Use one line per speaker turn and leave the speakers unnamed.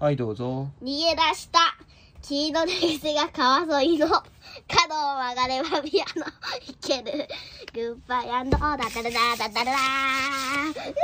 はい、どうぞ。
逃げ出した黄色の水が川沿いの角を曲がればピアノ弾けるグッバイアンドダダダダダダダー